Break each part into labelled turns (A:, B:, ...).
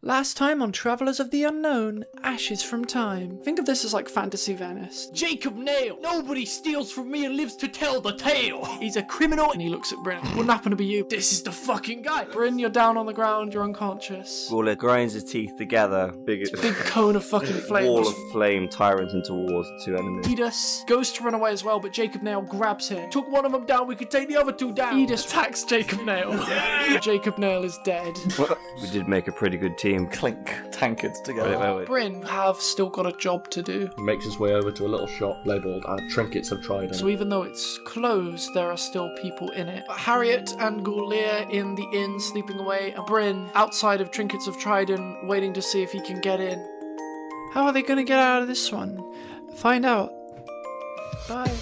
A: Last time on Travelers of the Unknown, Ashes from Time. Think of this as like Fantasy Venice.
B: Jacob Nail! Nobody steals from me and lives to tell the tale!
A: He's a criminal, and he looks at Bryn. Wouldn't happen to be you.
B: This is the fucking guy!
A: Bryn, you're down on the ground, you're unconscious.
C: Gawler grinds his teeth together. Big
A: Big cone of fucking flame.
C: wall
A: just
C: of flame tyrant into wars two enemies.
A: Edis goes to run away as well, but Jacob Nail grabs him.
B: Took one of them down, we could take the other two down!
A: Edis attacks Jacob Nail. Jacob Nail is dead.
C: We did make a pretty good team.
D: Clink tankards together.
A: Bryn have still got a job to do.
E: He makes his way over to a little shop labelled uh, Trinkets of Trident.
A: So even though it's closed, there are still people in it. Harriet and Gaulier in the inn sleeping away, and Bryn outside of Trinkets of Trident waiting to see if he can get in. How are they going to get out of this one? Find out. Bye.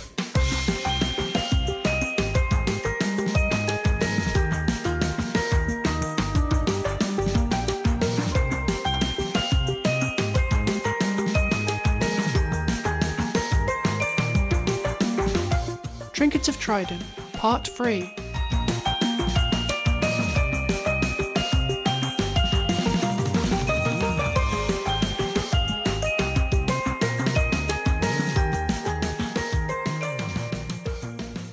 A: Trinkets of Trident, Part 3.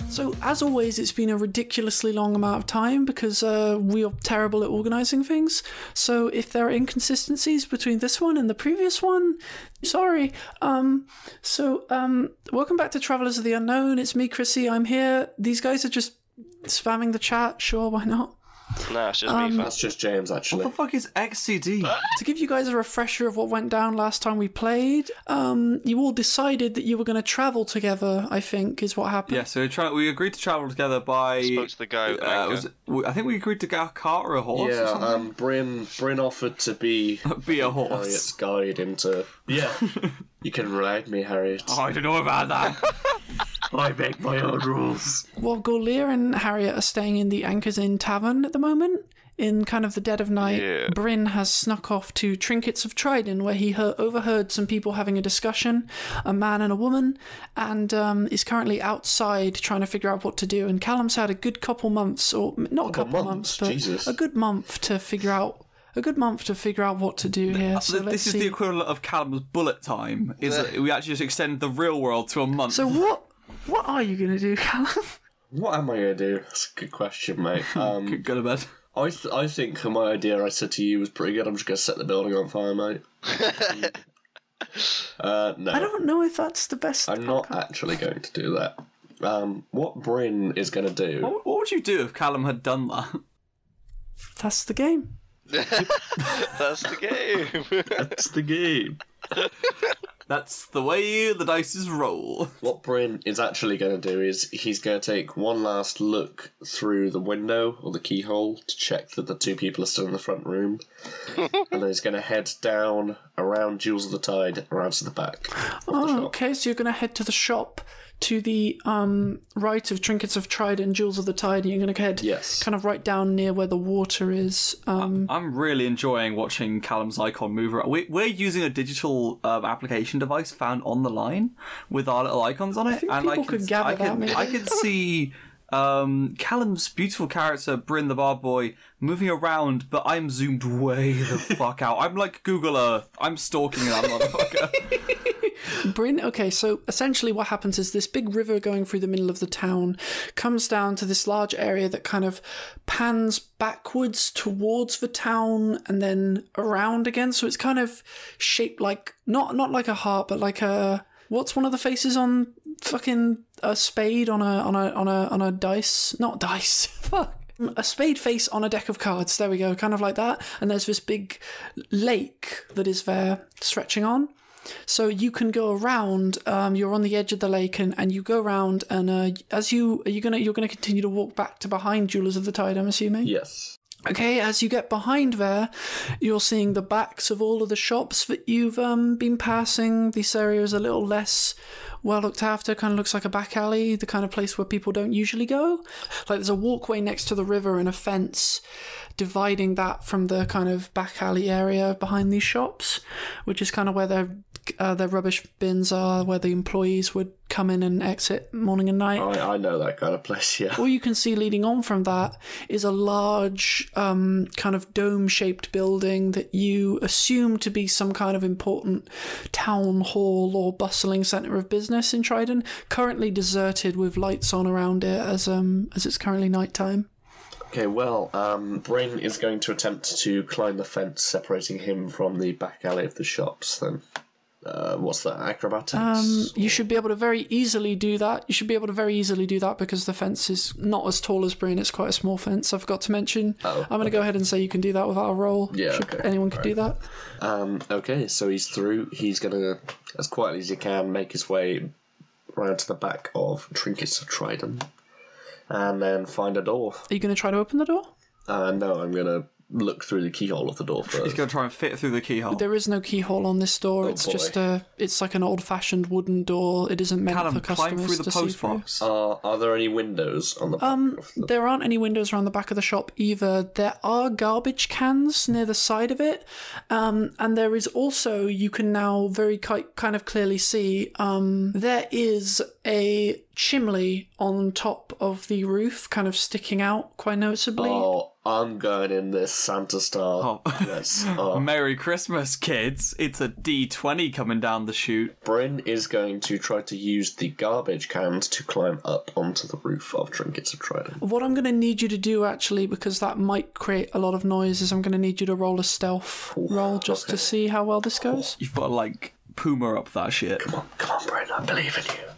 A: So, as always, it's been a ridiculously long amount of time because uh, we are terrible at organising things. So, if there are inconsistencies between this one and the previous one, sorry. Um, so, um, welcome back to Travelers of the Unknown. It's me, Chrissy. I'm here. These guys are just spamming the chat. Sure, why not?
F: No, it's just me.
E: That's just James, actually.
D: What the fuck is XCD?
A: to give you guys a refresher of what went down last time we played, um, you all decided that you were going to travel together. I think is what happened.
D: yeah, so we, tra- we agreed to travel together by.
F: Spoke to the guy with the
D: uh,
F: anchor.
D: was it- we- I think we agreed to get a cart or a horse.
E: yeah,
D: or something.
E: um, Bryn, Bryn offered to be
D: be a
E: Harriet's
D: horse.
E: guide into. Yeah. you can ride me, Harriet.
A: Uh-huh.
D: Oh, I don't know about that.
E: I make my own rules.
A: Well, Gaulier and Harriet are staying in the Anchors Inn Tavern at the moment. In kind of the dead of night,
F: Yeah.
A: Bryn has snuck off to Trinkets of Trident, where he he- overheard some people having a discussion, a man and a woman, and um, is currently outside trying to figure out what to do. And Callum's had a good couple months, or m- not a couple months,
E: months,
A: but
E: Jesus.
A: a good month to figure out a good month to figure out what to do here. So
D: Th-
A: let's
D: this is
A: see.
D: the equivalent of Callum's bullet time. Is that we actually just extend the real world to a month?
A: so what? What are you gonna do, Callum?
E: What am I gonna do? That's a good question, mate. Um,
D: go to bed.
E: I th- I think my idea I said to you was pretty good. I'm just gonna set the building on fire, mate. uh, no,
A: I don't know if that's the best.
E: I'm not actually going to do that. Um, what Bryn is gonna
A: Oh.
E: do?
D: What, what would you do if Callum had done that?
A: That's the game.
F: That's the game.
E: That's the game.
D: That's the way the dice is roll.
E: What Bryn is actually going to do is he's going to take one last look through the window or the keyhole to check that the two people are still in the front room. and then he's going to head down around Jewels of the Tide, around to the back. of the
A: Oh,
E: shop.
A: okay. So you're going to head to the shop to the um, right of Trinkets of Trident, and Jewels of the Tide. And you're going to head
E: Yes.
A: kind of right down near where the water is. Um,
D: I'm really enjoying watching Callum's icon move around. We, we're using a digital um, application device found on the line with our little icons on it,
A: think
D: and I
A: people
D: can,
A: could gather
D: I can,
A: that, maybe.
D: I can see um, Callum's beautiful character Bryn the Bar Boy moving around, but I'm zoomed way the fuck out. I'm like Google Earth. I'm stalking that motherfucker.
A: Bryn. Okay, so essentially what happens is this big river going through the middle of the town comes down to this large area that kind of pans backwards towards the town and then around again. So it's kind of shaped like not not like a heart, but like a what's one of the faces on fucking a spade on a on a on a on a dice? Not dice. Fuck. A spade face on a deck of cards. There we go, kind of like that. And there's this big lake that is there stretching on. So you can go around. Um, you're on the edge of the lake, and, and you go around. And uh, as you are you gonna you're gonna continue to walk back to behind Jewelers of the Tide. I'm assuming.
E: Yes.
A: Okay. As you get behind there, you're seeing the backs of all of the shops that you've um, been passing. This area is a little less well looked after. Kind of looks like a back alley, the kind of place where people don't usually go. Like there's a walkway next to the river and a fence dividing that from the kind of back alley area behind these shops, which is kind of where their uh, their rubbish bins are, where the employees would come in and exit morning and night.
E: I, I know that kind of place, yeah.
A: All you can see leading on from that is a large, um, kind of dome shaped building that you assume to be some kind of important town hall or bustling centre of business in Trident, currently deserted with lights on around it as, um, as it's currently nighttime.
E: Okay, well, um, Brain is going to attempt to climb the fence separating him from the back alley of the shops then. Uh, what's that, acrobatics?
A: Um, you should be able to very easily do that. You should be able to very easily do that because the fence is not as tall as Breen. It's quite a small fence. I forgot to mention.
E: Oh,
A: I'm going to go ahead and say you can do that without a roll.
E: Yeah,
A: Should-
E: okay.
A: anyone could do that.
E: Um, okay, so he's through. He's gonna, as quietly as he can, make his way round to the back of Trinkets of Trident, and then find a door.
A: Are you going to try to open the door?
E: Uh, no, I'm gonna look through the keyhole of the door
D: He's
E: first.
D: going to try and fit through the keyhole.
A: There is no keyhole on this door.
E: Oh,
A: it's
E: boy.
A: just a. It's like an old-fashioned wooden door. It isn't meant
D: Callum,
A: for
D: climb
A: customers
D: through the
A: to see
D: post
A: through.
D: box.
E: Are are there any windows on the back
A: Um,
E: of the-
A: there aren't any windows around the back of the shop either. There are garbage cans near the side of it, um, and there is also you can now very ki- kind of clearly see um, there is a chimney on top of the roof, kind of sticking out quite noticeably.
E: Oh, I'm going in this Santa star.
D: Oh.
E: Yes. Oh.
D: Merry Christmas, kids. It's a D20 coming down the chute.
E: Bryn is going to try to use the garbage cans to climb up onto the roof of Trinkets of Trident.
A: What I'm going to need you to do actually, because that might create a lot of noise, is I'm going to need you to roll a stealth roll just to see how well this goes.
D: You've got to, like, Puma up that shit.
E: Come on, come on, Bryn, I believe in you.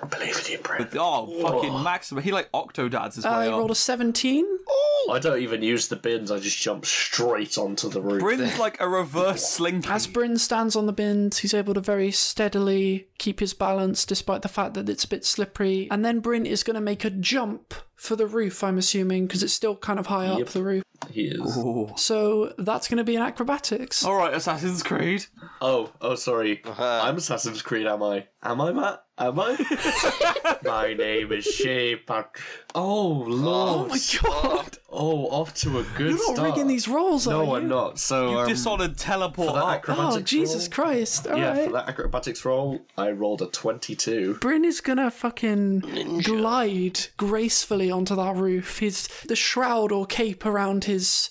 E: I believe in you, Bryn.
D: Oh, fucking Maxima. He, like, Octodads his
A: I
D: way
A: Oh, rolled
D: up.
A: a 17.
E: I don't even use the bins. I just jump straight onto the roof.
D: Bryn's like a reverse slinky.
A: As Bryn stands on the bins, he's able to very steadily keep his balance despite the fact that it's a bit slippery. And then Bryn is going to make a jump for the roof, I'm assuming, because it's still kind of high up the roof.
E: He is.
D: Ooh.
A: So that's going to be an acrobatics.
D: All right, Assassin's Creed.
E: Oh, oh, sorry. I'm Assassin's Creed, am I? Am I, Matt? Am I? My name is Shepak. Oh,
A: Oh
E: Lord.
A: my god!
E: Oh, off to a good
A: You're not
E: start.
A: rigging these rolls, are
E: No,
A: you?
E: I'm not. So, um,
D: Dishonored teleport
E: for that
D: up.
E: acrobatics
A: Oh, Jesus
E: roll-
A: Christ. All right.
E: Yeah, for that acrobatics roll, I rolled a 22.
A: Bryn is gonna fucking glide gracefully onto that roof. His the shroud or cape around his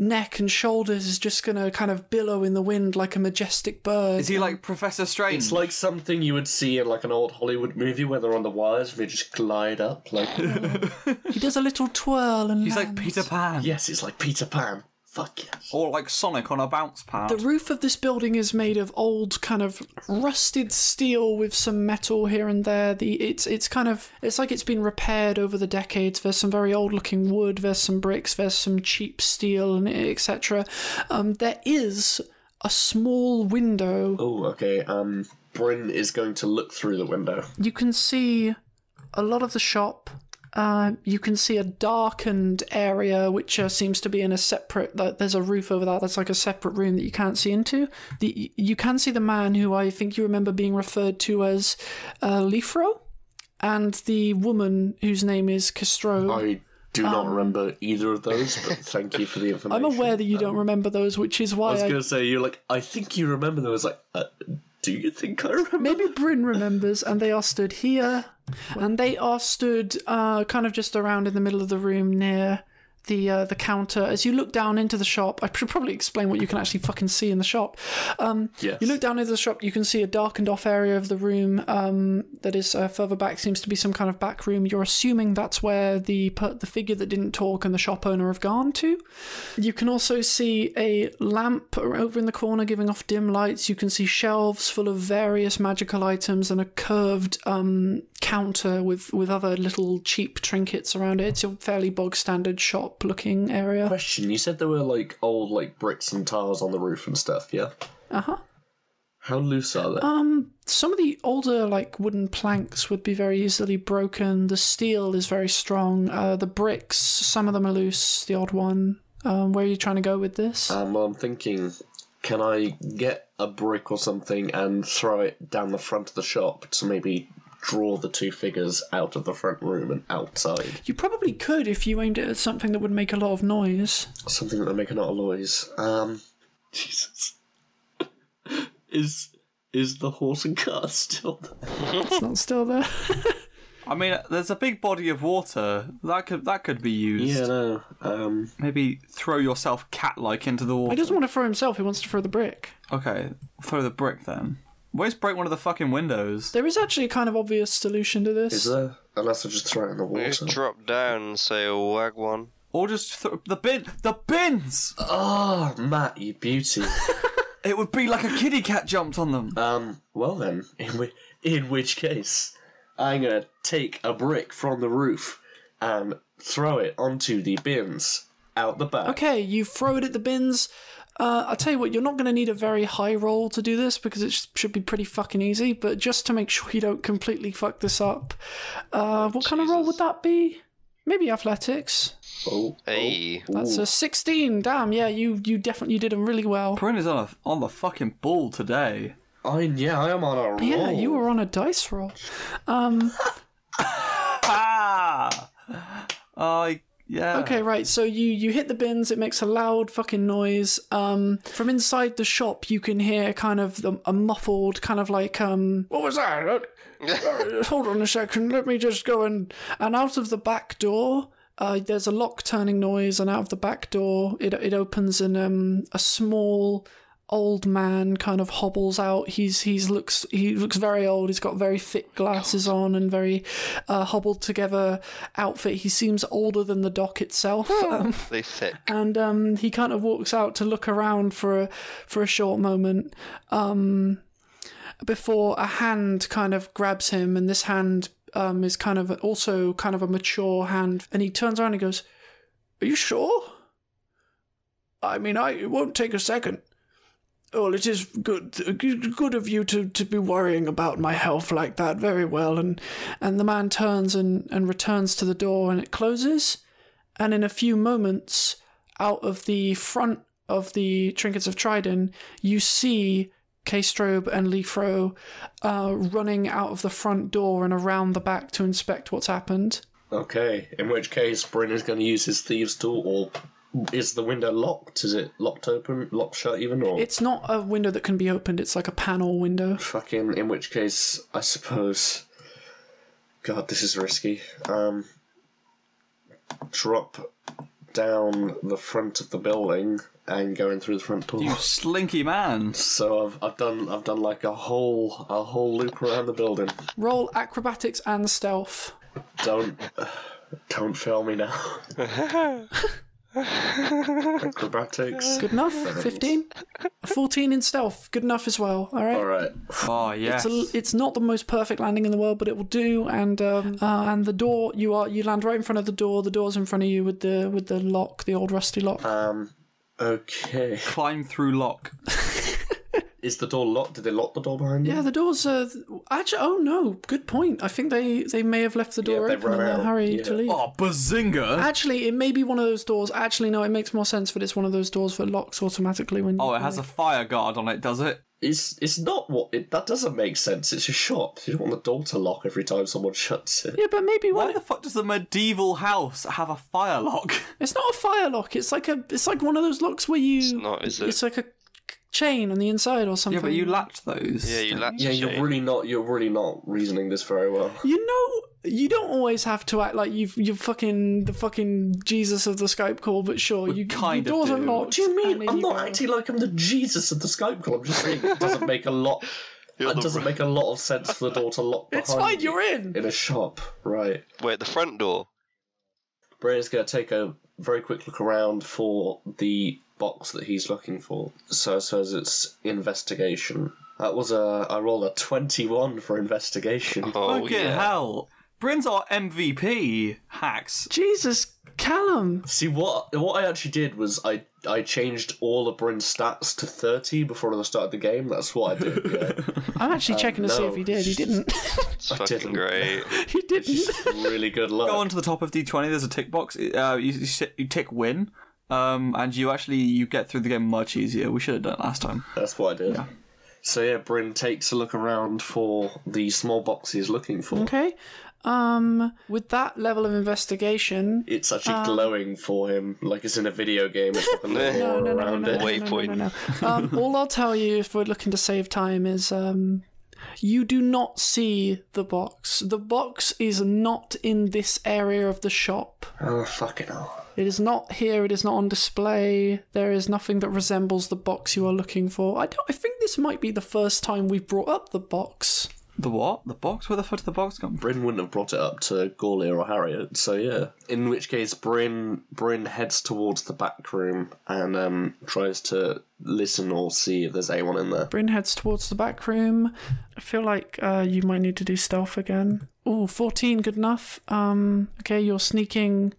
A: neck and shoulders is just gonna kind of billow in the wind like a majestic bird.
D: Is he like Professor Strange?
A: Hmm.
E: It's like something you would see in like an old Hollywood movie where they're on the wires and they just glide up. Like,
A: He does a little twirl and
D: He's like
A: lands.
D: Peter Pan.
E: yes, it's like Peter Pan. Fuck yes.
D: Or like Sonic on a bounce pad.
A: The roof of this building is made of old, kind of rusted steel with some metal here and there. The it's it's kind of it's like it's been repaired over the decades. There's some very old-looking wood. There's some bricks. There's some cheap steel and etc. Um, there is a small window.
E: Oh, okay. Um, Bryn is going to look through the window.
A: You can see a lot of the shop. Uh, you can see a darkened area, which uh, seems to be in a separate. Like, there's a roof over that. That's like a separate room that you can't see into. The you can see the man who I think you remember being referred to as uh, Leafro, and the woman whose name is Castro.
E: I do not remember either of those, but thank you for the information.
A: Um, I'm aware that you don't remember those, which is
E: I
A: why
E: was
A: I
E: going to say, you're like, I think you remember those. Like, uh, do you think I remember?
A: Maybe Bryn remembers, and they are stood here, and they are stood uh, kind of just around in the middle of the room near the uh, the counter. As you look down into the shop, I should probably explain what you can actually fucking see in the shop. Um,
E: Yes.
A: You look down into the shop, you can see a darkened off area of the room um, that is uh, further back. Seems to be some kind of back room. You're assuming that's where the per- the figure that didn't talk and the shop owner have gone to. You can also see a lamp over in the corner giving off dim lights. You can see shelves full of various magical items and a curved um, counter with, with other little cheap trinkets around it. It's a fairly bog standard shop looking area.
E: Question: You said there were like old like bricks and tiles on the roof and stuff. Yeah.
A: Uh huh.
E: How loose are they?
A: Um, some of the older like wooden planks would be very easily broken. The steel is very strong. Uh, the bricks, some of them are loose. The odd one. Um, where are you trying to go with this?
E: Um, well, I'm thinking, can I get a brick or something and throw it down the front of the shop to maybe draw the two figures out of the front room and outside.
A: You probably could if you aimed it at something that would make a lot of noise.
E: Something that they make a lot of noise. Um, Jesus. is is the horse and cart still there?
A: It's not still there.
D: I mean, there's a big body of water that could that could be used.
E: Yeah, no. Um,
D: Maybe throw yourself cat-like into the water.
A: he doesn't want to throw himself, he wants to throw the brick.
D: Okay, throw the brick then. Where's break one of the fucking windows?
A: There is actually a kind of obvious solution to this.
E: is there? Unless I just throw it in the
F: We
E: water.
F: just drop down and say a wag one.
D: Or just th- the bin, the bins.
E: Ah, Matt, you beauty.
D: It would be like a kitty cat jumped on them.
E: um, well then, in, w- in which case, I'm gonna take a brick from the roof and throw it onto the bins out the back.
A: Okay, you throw it at the bins. Uh, I'll tell you what, you're not going to need a very high roll to do this because it sh- should be pretty fucking easy, but just to make sure you don't completely fuck this up, uh, what kind of roll would that be? Maybe athletics.
E: Oh,
F: Hey.
E: oh,
A: That's
E: ooh.
A: a 16. Damn, yeah, you, you definitely did them really well.
D: Bryn is on a, on the fucking ball today.
E: I yeah, I am on a roll.
A: Oh, Yeah, you were on a dice roll. Um,
D: Ah, I yeah.
A: okay, right. So you you hit the bins. It makes a loud fucking noise. Um, from inside the shop, you can hear kind of the, a muffled kind of like um, what was that? Uh, uh, hold on a second. Let me just go and and out of the back door. Uh, there's a lock turning noise, and out of the back door, it it opens and um a small old man kind of hobbles out. He's he's looks he looks very old. He's got very thick glasses on and very uh, hobbled together outfit. He seems older than the dock itself. Um,
F: They thick.
A: and um, he kind of walks out to look around for a, for a short moment um, before a hand kind of grabs him, and this hand um, is kind of also kind of a mature hand, and he turns around and goes, "Are you sure? I mean, I it won't take a second. Well, it is good good of you to, to be worrying about my health like that. Very well." And and the man turns and, and returns to the door, and it closes and in a few moments, out of the front of the Trinkets of Trident, you see Castrobe and Leafro uh, running out of the front door and around the back to inspect what's happened.
E: Okay, in which case Bryn is going to use his thieves' tool, or is the window locked? Is it locked open, locked shut, even, or
A: It's not a window that can be opened, it's like a panel window.
E: fucking? In which case, I suppose. God, this is risky. Um, drop down the front of the building and go in through the front door.
D: You slinky man.
E: So I've, I've done I've done like a whole a whole loop around the building.
A: Roll acrobatics and stealth.
E: Don't don't fail me now. Acrobatics.
A: Good enough? 15? 14 in stealth. Good enough as well. All right.
E: All right.
D: Oh yes.
A: It's, a, it's not the most perfect landing in the world, but it will do. And um, uh, and the door you are you land right in front of the door. The door's in front of you with the with the lock, the old rusty lock.
E: Um. Okay.
D: Climb through lock.
E: Is the door locked? Did they lock the door behind you?
A: yeah, the doors. Uh, actually, oh no, good point. I think they they may have left the door
E: Yeah, they've
A: open in
E: run
A: their
E: out.
A: hurry to
E: Yeah.
A: leave.
D: Oh bazinga!
A: Actually, it may be one of those doors. Actually, no, it makes more sense that it's one of those doors that locks automatically when.
D: Oh,
A: you
D: it has a fire guard on it, does it?
E: It's it's not what it, that doesn't make sense. It's a shop. You don't want the door to lock every time someone shuts it.
A: Yeah, but maybe
D: Why
A: one.
D: the fuck does a medieval house have a fire lock?
A: It's not a fire lock. It's like a. It's like one of those locks where you. It's
F: not, is it?
A: It's like a chain on the inside or something.
D: Yeah, but you latch those.
F: Yeah, you
D: don't
F: latch
E: Yeah, you're really not. You're really not reasoning this very well.
A: You know, you don't always have to act like you've you're fucking the fucking Jesus of the Skype call, but sure, you
D: kind
A: your doors
D: of
A: are
D: do.
A: locked.
E: What do you
A: and
E: mean?
A: in
E: I'm
A: you
E: not
A: go.
E: acting like I'm the Jesus of the Skype call. I'm just saying it doesn't make a lot.
F: You're
E: It
F: the
E: doesn't
F: ro-
E: make a lot of sense for the door to lock behind.
A: It's fine.
E: you
A: You're in.
E: in a shop, right?
F: Wait, the front door.
E: Bray's going to take a very quick look around for the box that he's looking for. So I suppose it's investigation. That was a I rolled a twenty-one for investigation.
F: Oh
D: Fucking
F: yeah.
D: hell. Bryn's our MVP hacks.
A: Jesus, Callum.
E: See what what I actually did was I I changed all of Bryn's stats to thirty before I started the game. That's what I did. Yeah.
A: I'm actually checking to see
E: Uh, no.
A: if he did. He didn't.
F: It's fucking
E: didn't.
F: great.
A: he didn't.
E: really good luck.
D: Go on to the top of D20. There's a tick box. Uh, you, you, sit- you tick win, um, and you actually you get through the game much easier. We should have done it last time.
E: That's what I did. So yeah, Bryn takes a look around for the small box he's looking for.
A: Okay. Um, with that level of investigation,
E: It's actually glowing for him, like it's in a video game. It's got the little
A: no, no,
E: aura
A: no, no,
E: around
A: no,
E: it.
A: no,
F: Wait.
A: no,
F: Waypoint.
A: no, no, no. Um, all I'll tell you if we're looking to save time is um, you do not see the box. The box is not in this area of the shop.
E: Oh fucking hell!
A: It is not here. It is not on display. There is nothing that resembles the box you are looking for. I don't. I think this might be the first time we've brought up the box.
D: The what? The box? Where the fuck did the box come from?
E: Bryn wouldn't have brought it up to Gawley or Harriet, so yeah. In which case, Bryn Bryn heads towards the back room and um, tries to listen or see if there's anyone in there.
A: Bryn heads towards the back room. I feel like uh, you might need to do stealth again. Ooh, 14, good enough. Um, okay, you're sneaking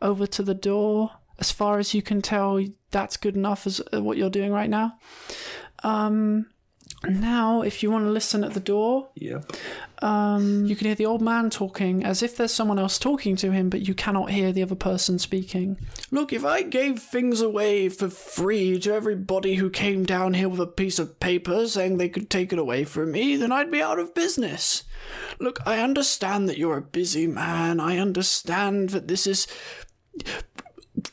A: over to the door. As far as you can tell, that's good enough as uh, what you're doing right now. Um, now, if you want to listen at the door,
E: Yep.
A: you can hear the old man talking as if there's someone else talking to him, but you cannot hear the other person speaking. Look, if I gave things away for free to everybody who came down here with a piece of paper saying they could take it away from me, then I'd be out of business. Look, I understand that you're a busy man. I understand that this is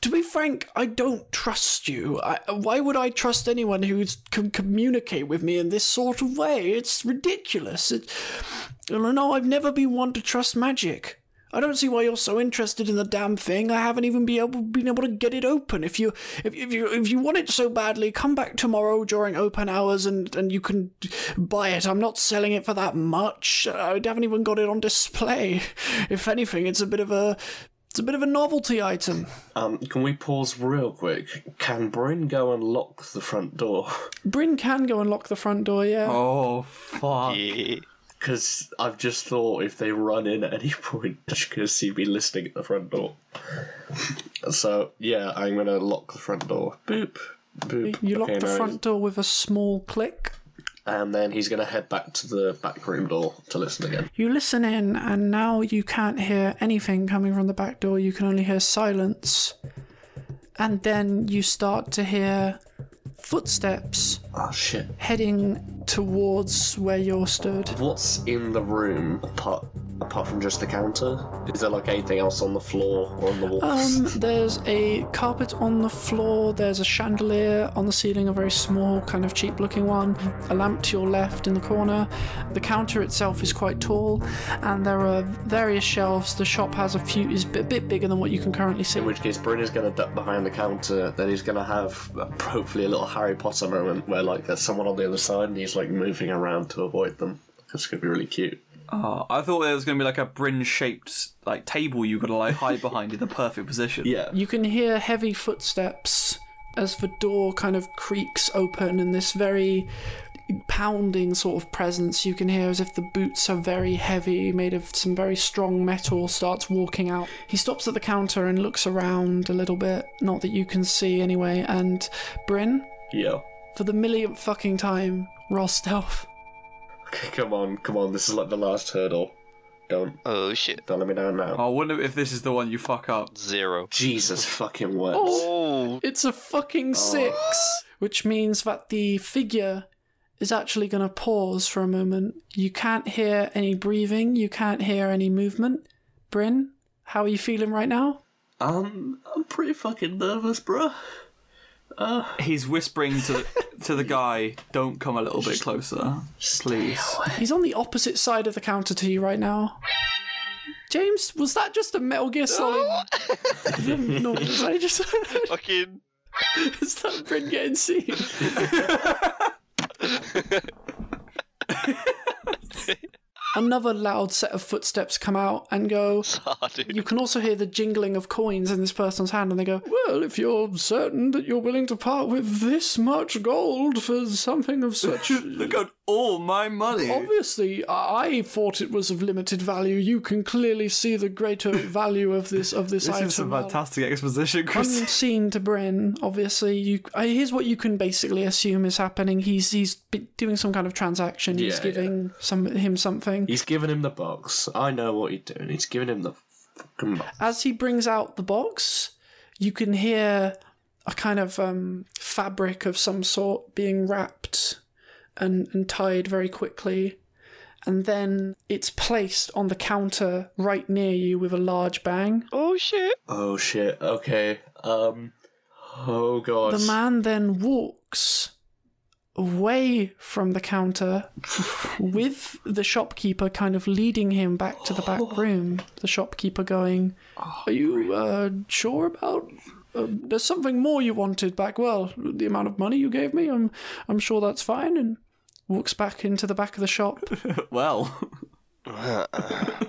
A: to be frank, I don't trust you. I, why would I trust anyone who can communicate with me in this sort of way? It's ridiculous. It, I don't know, I've never been one to trust magic. I don't see why you're so interested in the damn thing. I haven't even been able, been able to get it open. If you if, if you if you want it so badly, come back tomorrow during open hours and and you can buy it. I'm not selling it for that much. I haven't even got it on display. If anything, it's a bit of a it's a bit of a novelty item.
E: Um, can we pause real quick? Can Bryn go and lock the front door?
A: Bryn can go and lock the front door, yeah.
D: Oh fuck!
F: Yeah.
E: Because I've just thought if they run in at any point, just going see me listening at the front door. so, yeah, I'm going to lock the front door. Boop. Boop.
A: You lock
E: Okay,
A: the
E: now
A: front door with a small click.
E: And then he's going to head back to the back room door to listen again.
A: You listen in, and now you can't hear anything coming from the back door. You can only hear silence. And then you start to hear footsteps
E: Oh, shit.
A: heading towards where you're stood.
E: What's in the room apart, apart from just the counter? Is there like anything else on the floor or on the walls?
A: Um, there's a carpet on the floor. There's a chandelier on the ceiling, a very small, kind of cheap looking one. A lamp to your left in the corner. The counter itself is quite tall, and there are various shelves. The shop has a few, is a bit bigger than what you can currently see.
E: in which case, Bryn is going to duck behind the counter. Then he's going to have uh, hopefully a little Harry Potter moment where like there's someone on the other side and he's like moving around to avoid them. That's going to be really cute.
D: Oh, I thought there was gonna be like a Bryn-shaped like table you gotta like hide behind in the perfect position.
E: Yeah.
A: You can hear heavy footsteps as the door kind of creaks open, and this very pounding sort of presence you can hear as if the boots are very heavy, made of some very strong metal, starts walking out. He stops at the counter and looks around a little bit, not that you can see anyway, and Bryn,
E: Yeah.
A: for the millionth fucking time, roll stealth.
E: Okay, come on, come on. This is like the last hurdle. Don't
F: Oh shit.
E: don't let me down now.
D: I wonder if this is the one you fuck up.
F: Zero.
E: Jesus fucking works.
F: Oh,
A: It's a fucking six, which means that the figure is actually going to pause for a moment. You can't hear any breathing, you can't hear any movement. Bryn, how are you feeling right now?
E: Um, I'm pretty fucking nervous, bruh.
D: He's whispering to the, to the guy, "Don't come a little bit closer, please."
A: He's on the opposite side of the counter to you right now. James, was that just a Metal Gear Solid noise? I just
F: fucking.
A: is that Bryn getting seen? Another loud set of footsteps come out and go.
F: Sardu.
A: You can also hear the jingling of coins in this person's hand, and they go, Well, if you're certain that you're willing to part with this much gold for something of such.
D: Look at all my money.
A: Obviously, I I thought it was of limited value. You can clearly see the greater value of this of this,
D: This
A: item.
D: is some fantastic exposition, Chris.
A: Unseen to Bryn, obviously. You uh, here's what you can basically assume is happening. He's he's b- doing some kind of transaction. He's
E: Yeah,
A: giving some him something.
E: He's giving him the box. I know what he's doing. He's giving him the fucking box.
A: as he brings out the box, you can hear a kind of um, fabric of some sort being wrapped and, and tied very quickly. And then it's placed on the counter right near you with a large bang.
F: Oh shit!
E: Oh shit. Okay. Um. Oh god.
A: The man then walks away from the counter with the shopkeeper kind of leading him back to the back room. The shopkeeper going, Are you uh, sure about. Uh, there's something more you wanted back. Well, the amount of money you gave me, I'm, I'm sure that's fine. And walks back into the back of the shop.
D: Well, I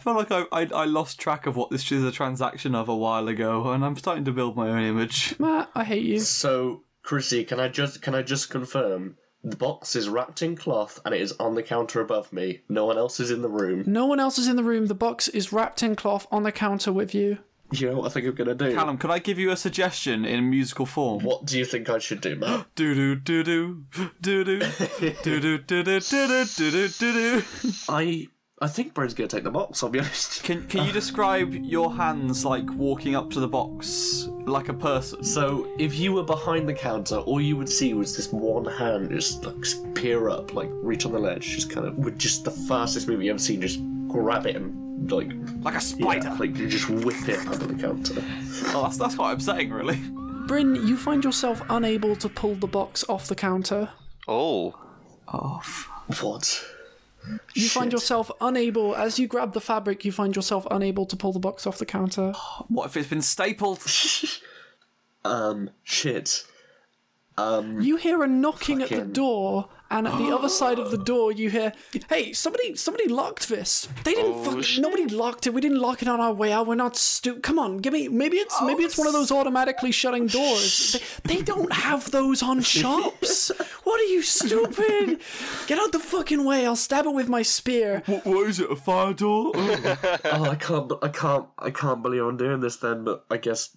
D: feel like I, I I lost track of what this is a transaction of a while ago, and I'm starting to build my own image.
A: Matt, I hate you.
E: So, Chrissy, can I just can I just confirm? The box is wrapped in cloth and it is on the counter above me. No one else is in the room.
A: No one else is in the room. The box is wrapped in cloth on the counter with you.
E: You know what I think I'm gonna do?
D: Callum, can I give you a suggestion in musical form?
E: What do you think I should do, Matt?
D: Do do do do do do do do do do do do do do.
E: I I think Bren's gonna take the box. I'll be honest.
D: Can can you describe your hands like walking up to the box like a person?
E: So, if you were behind the counter, all you would see was this one hand just like peer up, like reach on the ledge, just kind of with just the fastest move you've ever seen, just grab it and like
D: Like a
E: yeah,
D: spider.
E: like you just whip it under the counter.
D: Oh, that's that's quite upsetting, really.
A: Bryn, you find yourself unable to pull the box off the counter.
F: Oh,
E: What?
A: You find yourself unable, as you grab the fabric, you find yourself unable to pull the box off the counter.
D: What if it's been stapled?
E: Um, shit.
A: You hear a knocking at the
E: Fucking-
A: door, and at the other side of the door, you hear, "Hey, somebody, somebody locked this. They didn't. fuck, nobody locked it. We didn't lock it on our way out. We're not stupid. Come on, give me. Maybe it's maybe it's one of those automatically shutting doors. They, they don't have those on shops. what are you stupid? Get out the fucking way. I'll stab it with my spear.
D: What, what is it? A fire door?
E: Oh, I can't, I can't, I can't believe I'm doing this. Then, but I guess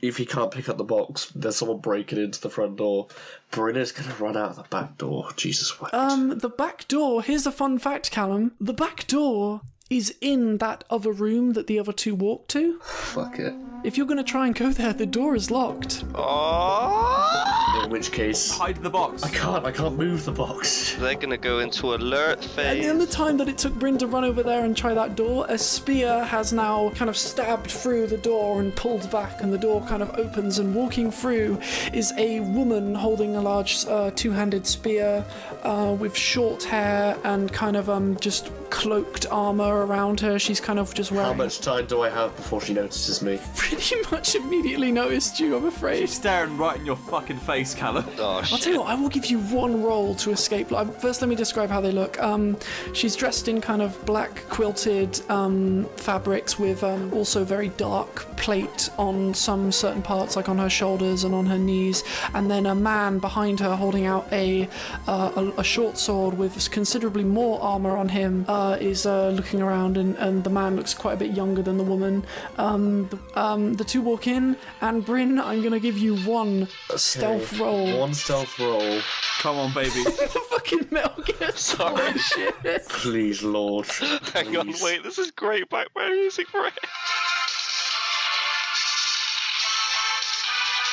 E: if he can't pick up the box, there's someone breaking into the front door. Brenna's gonna run out the back door. Jesus wept.
A: Um, the back door. Here's a fun fact, Callum. The back door is in that other room that the other two walked to.
E: Fuck it.
A: If you're gonna try and go there, the door is locked.
F: oh!
E: In which case, I
D: Hide the box.
E: can't, I can't move the box.
F: They're gonna go into alert
A: And in
F: phase.
A: the time that it took Bryn to run over there and try that door, a spear has now kind of stabbed through the door and pulled back, and the door kind of opens. And walking through is a woman holding a large uh, two-handed spear, uh, with short hair and kind of um just cloaked armor around her. She's kind of just
E: How
A: wearing.
E: much time do I have before she notices me?
A: pretty much immediately noticed you, I'm afraid.
D: Staring right in your fucking face, Callum.
F: Oh
A: I'll
F: shit!
A: tell you what, I will give you one roll to escape. Like, First, let me describe how they look. Um, she's dressed in kind of black quilted um, fabrics with um, also very dark plate on some certain parts, like on her shoulders and on her knees. And then a man behind her holding out a uh, a, a short sword with considerably more armor on him uh, is uh, looking around, and, and the man looks quite a bit younger than the woman. Um, th- um, the two walk in, and Bryn, I'm going to give you one stealth
E: Okay,
A: roll
E: One stealth roll.
D: Come on, baby.
A: fucking Metal Gear Solid shit.
E: Please, Lord.
F: Hang on,
E: please.
F: wait. This is great background music for it.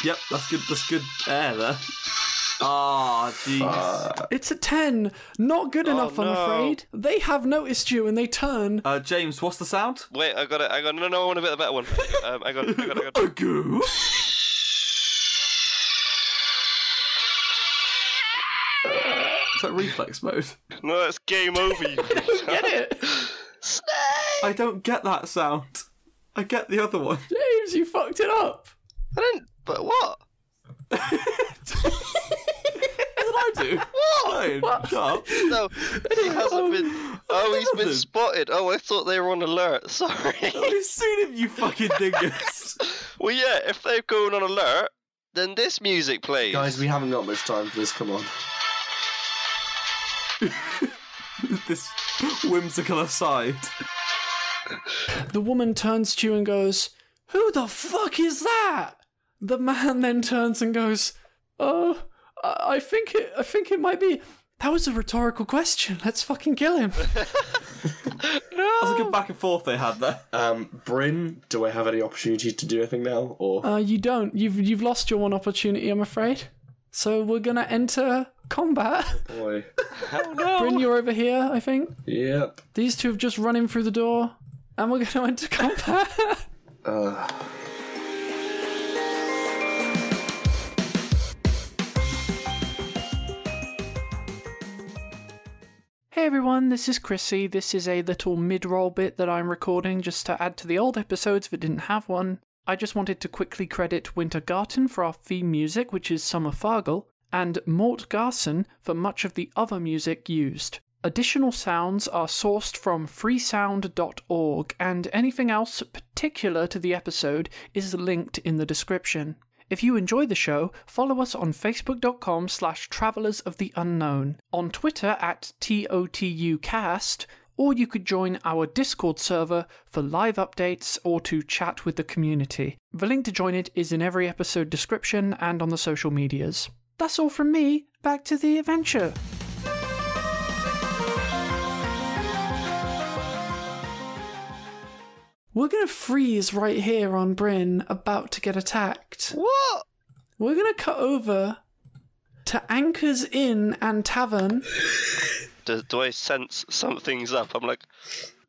D: Yep, that's good. That's good air there. Ah, jeez.
A: It's a 10. Not good enough, I'm
F: no.
A: afraid. They have noticed you and they turn.
D: Uh, James, what's the sound?
F: Wait, I got it. I got no, no. I want a bit of better one. Um, I got, I got, I got.
D: A goo. Is that reflex mode?
F: No, that's game over. You.
A: Get it?
D: I don't get that sound. I get the other one.
A: James, you fucked it up.
F: I didn't. But what?
D: What did I do? Fine, shut up.
F: No, he hasn't been. Oh, he's been spotted. Oh, I thought they were on alert. Sorry.
D: I've seen him, you fucking dingus.
F: Well, yeah, if they're going on alert, then this music plays.
E: Guys, we haven't got much time for this. Come on.
D: this whimsical aside.
A: The woman turns to you and goes, Who the fuck is that? The man then turns and goes, Oh, I I think it, I think it might be. That was a rhetorical question. Let's fucking kill him.
D: That's a good back and forth they had there.
E: Um, Bryn, do I have any opportunity to do anything now, or
A: Uh, you don't. You've you've lost your one opportunity, I'm afraid. So we're gonna enter combat.
E: Boy.
F: Oh no!
A: Bryn, you're over here, I think.
E: Yep.
A: These two have just run in through the door, and we're gonna enter combat.
E: Uh,
A: Hey everyone, this is Chrissy. This is a little mid roll bit that I'm recording just to add to the old episodes that didn't have one. I just wanted to quickly credit Wintergarten for our theme music, which is Summer Fargle, and Mort Garson for much of the other music used. Additional sounds are sourced from freesound.org, and anything else particular to the episode is linked in the description. If you enjoy the show, follow us on facebook.com slash travelers of the unknown, on Twitter at TOTUcast, or you could join our Discord server for live updates or to chat with the community. The link to join it is in every episode description and on the social medias. That's all from me. Back to the adventure. We're going to freeze right here on Bryn about to get attacked.
F: What?
A: We're going to cut over to Anchors Inn and Tavern.
F: Do, do I sense something's up? I'm like,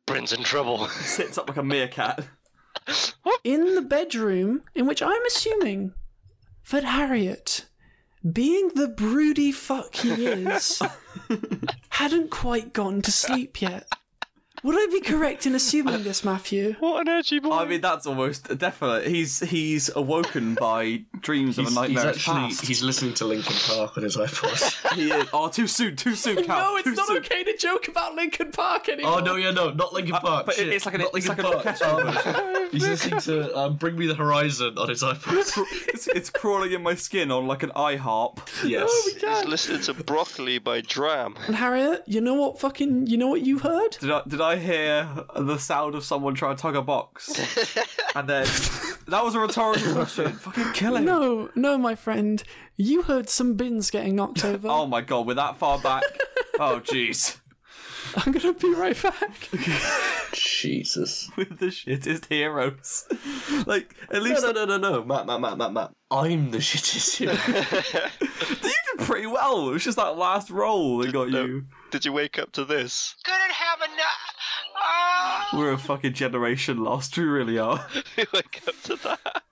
F: Bryn's in trouble.
D: Sits up like a meerkat.
A: in the bedroom in which I'm assuming that Harriet, being the broody fuck he is, hadn't quite gone to sleep yet. Would I be correct in assuming this, Matthew?
F: what an edgy boy!
D: I mean, that's almost definite. He's he's awoken by dreams of a
E: he's, he's
D: nightmare
E: actually
D: past.
E: he's listening to Linkin Park on his iPod.
D: He is- Oh, too soon, too soon, Cal.
A: No, it's
D: too
A: not
D: soon.
A: okay to joke about Lincoln Park anymore.
E: oh no, yeah, no, not Linkin Park.
D: Uh, But it-
E: shit,
D: it's like an,
E: not Oh.
D: it's like an
E: Linkin Park.
D: orchestral version.
E: He's listening to um, "Bring Me the Horizon" on his iPod.
D: it's, it's crawling in my skin on like an eye harp. Oh,
E: yes.
F: He's listening to Broccoli by Dram.
A: And Harriet, you know what fucking, you know what you heard?
D: Did I, did I hear the sound of someone trying to tug a box? And then that was a rhetorical question. Fucking kill him.
A: No, no, my friend. You heard some bins getting knocked over.
D: Oh my god, we're that far back. Oh jeez.
A: I'm gonna be right back.
E: Jesus.
D: We're the shittest heroes. Like at
E: No,
D: least
E: no, no, no, no, Matt, Matt, Matt, Matt, Matt. I'm the shittest here.
D: you did pretty well. It was just that last roll that got you.
F: Did you wake up to this?
G: couldn't have enough. Ah!
D: We're a fucking generation lost. We really are.
F: you wake up to that?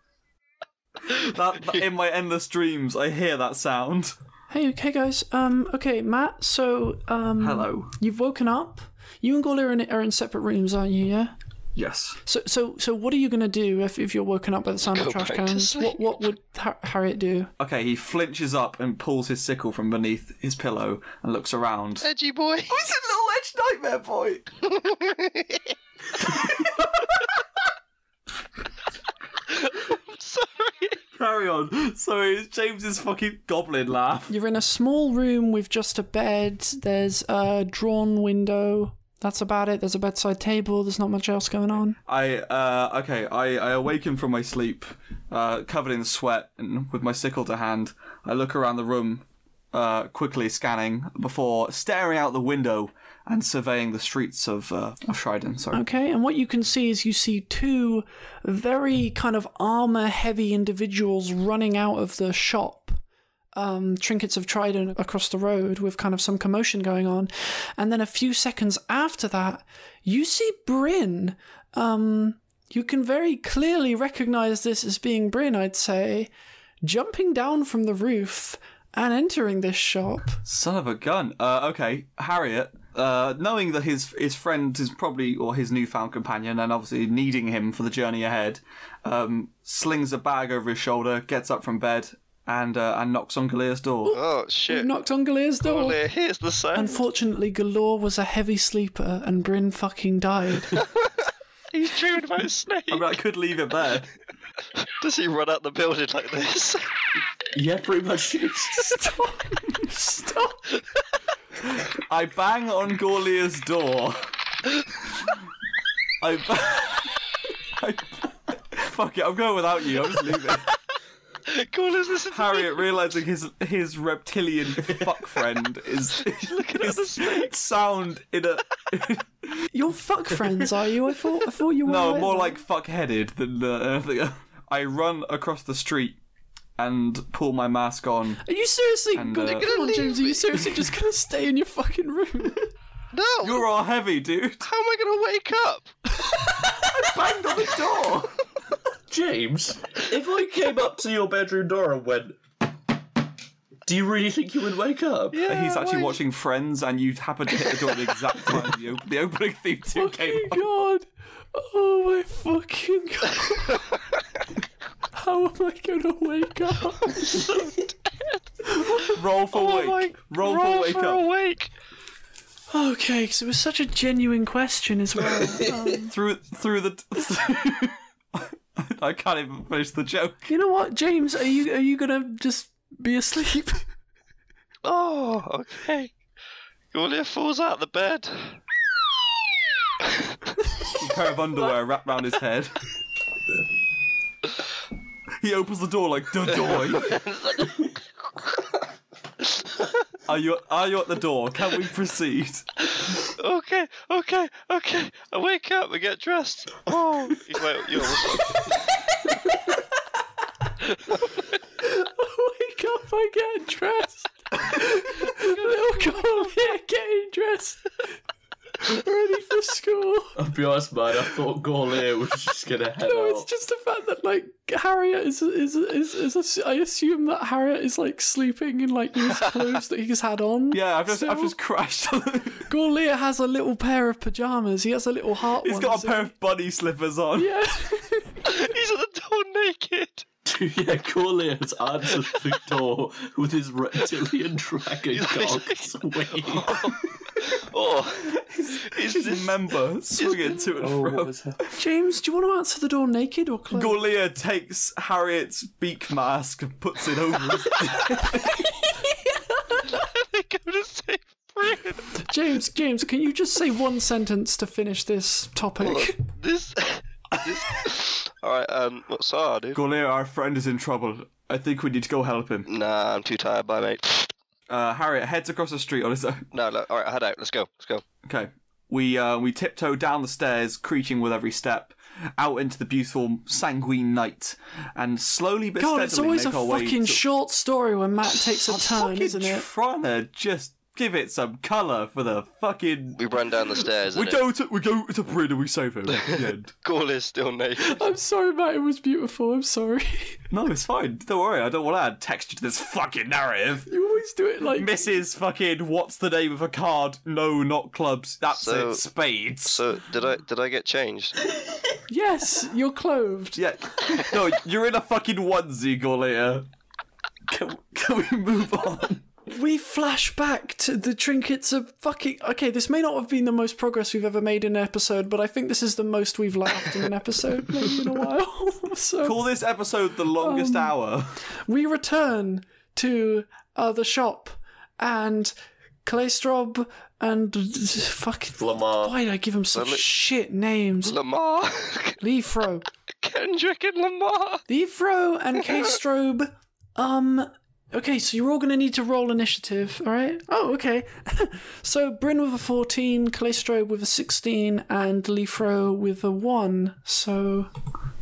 D: That, that- in my endless dreams, I hear that sound.
A: Hey, hey guys. Um, okay, Matt. So, um,
D: Hello.
A: You've woken up. You and Gawler are in, are in separate rooms, aren't you? Yeah.
D: Yes.
A: So, so, so, what are you gonna do if, if you're woken up by the sound of
F: Go
A: trash
F: back to
A: cans?
F: sleep.
A: What what would Har- Harriet do?
D: Okay, he flinches up and pulls his sickle from beneath his pillow and looks around.
F: Edgy boy.
D: It's a little edge nightmare boy.
F: Sorry.
D: Carry on. Sorry, it's James's fucking goblin laugh.
A: You're in a small room with just a bed. There's a drawn window. That's about it. There's a bedside table. There's not much else going on.
D: I uh okay, I, I awaken from my sleep, uh covered in sweat and with my sickle to hand. I look around the room, uh quickly scanning before staring out the window and surveying the streets of uh of Shridon, sorry.
A: Okay, and what you can see is you see two very kind of armor heavy individuals running out of the shop. Um, trinkets of Trident across the road with kind of some commotion going on. And then a few seconds after that, you see Bryn. Um, you can very clearly recognize this as being Bryn, I'd say, jumping down from the roof and entering this shop.
D: Son of a gun. Uh, okay, Harriet. Uh, knowing that his his friend is probably or his newfound companion, and obviously needing him for the journey ahead, um, slings a bag over his shoulder, gets up from bed, and uh, and knocks on Galea's door.
F: Oh shit.
A: Knocked on Galea's door.
F: Well, Here's the sound.
A: Unfortunately, Galore was a heavy sleeper and Bryn fucking died.
F: He's chewing my snake.
D: I mean, I could leave it there.
F: Does he run out the building like this?
E: yeah, pretty much.
A: Stop! Stop!
D: I bang on Galea's door. I. Ba- I- Fuck it, I'm going without you. I'm just leaving.
F: Cool is this?
D: Harriet realizing his his reptilian fuck friend is,
F: looking at the
D: is
F: snake.
D: sound in a
A: You're fuck friends, are you? I thought I thought you were.
D: uh, no more like fuck headed than uh, anything. I run across the street and pull my mask on.
A: Are you seriously?
D: And,
A: God,
D: uh,
A: come on,
F: Leave
A: James. Are
F: me.
A: you seriously just gonna stay in your fucking room?
F: No!
D: You're all heavy, dude.
F: How am I gonna wake up?
D: Banged on the door.
E: James, if I came up to your bedroom door and went, do you really think you would wake up?
F: Yeah,
D: He's actually
F: why-
D: watching Friends, and you happen to hit the door at the exact time the, op- the opening theme tune came
A: fucking
D: on.
A: Oh god! Oh my fucking god! How am I gonna wake up?
D: Roll for
F: Oh
D: wake.
F: my-
D: Roll, for
F: roll
D: wake
F: for
D: up.
F: awake.
A: Okay, because it was such a genuine question as well. Um,
D: Through through the. I can't even finish the joke.
A: you know what, James? Are you are you gonna just be asleep?
F: Oh, okay. Your little falls out of the bed.
D: A pair of underwear wrapped round his head. He opens the door like the door. are you are you at the door? Can we proceed?
F: Okay, okay, okay. I wake up, I get dressed. Oh, you wait, you're
A: wake up, I get dressed. Little girl here getting dressed. Ready for school.
E: I'll be honest, man, I thought Gorlier was just gonna head
A: No, it's
E: out.
A: just the fact that like Harriet is is is is. is I assume that Harriet is like sleeping in like his clothes that he's had on.
D: Yeah, I've just I've
A: So-
D: just crashed.
A: Gorlia has a little pair of pajamas. He has a little heart.
D: He's
A: one,
D: got a
A: so-
D: pair of bunny slippers on.
A: Yeah.
F: He's at the door naked.
E: yeah, Gorlier has answered the door with his reptilian dragon cock swinging.
F: Oh, is
D: His
F: this
D: member swinging to and
E: Oh, what
D: fro.
E: was that?
A: James, do you want to answer the door naked or clothed?
D: Golia takes Harriet's beak mask and puts it over his
F: they go to save Brian?
A: James, James, can you just say one sentence to finish this topic?
F: This, this. All right. Um, what sorry, dude?
D: Golia, our friend is in trouble. I think we need to go help him.
F: Nah, I'm too tired. Bye, mate.
D: Uh, Harriet heads across the street on his own.
F: No, no. All right, head out. Let's go. Let's go.
D: Okay. We uh, we tiptoe down the stairs, creaking with every step, out into the beautiful sanguine night, and slowly but
A: God,
D: steadily
A: it's always a
D: make our way.
A: fucking
D: to-
A: short story when Matt takes a turn,
D: fucking
A: isn't it?
D: trying to just give it some colour for the fucking.
F: We run down the stairs.
D: We
F: innit?
D: go to we go to Bryn and we save him. at the end.
F: Gaul is still naked.
A: I'm sorry, Matt. It was beautiful. I'm sorry.
D: No, it's fine. Don't worry. I don't want to add texture to this fucking narrative.
A: You always do it like
D: Mrs. Fucking what's the name of a card? No, not clubs. That's
F: So-
D: it. Spades.
F: So did I? Did I get changed?
A: yes, you're clothed.
D: Yeah. No, you're in a fucking onesie, Gorlater. Can, can we move on?
A: We flash back to the trinkets of fucking. Okay, this may not have been the most progress we've ever made in an episode, but I think this is the most we've laughed in an episode maybe in a while. so
D: Call this episode the longest hour.
A: we return to uh, the shop and Claystrob and fucking
E: Lamar.
A: Why did I give him such
F: Lemon-
A: shit names?
F: Lamar,
A: Leafro.
F: Kendrick, and Lamar.
A: Leafro and K-Strobe. Um, okay, so you're all going to need to roll initiative, all right? Oh, okay. so Bryn with a 14, K-Strobe with a 16, and Leafro with a 1. So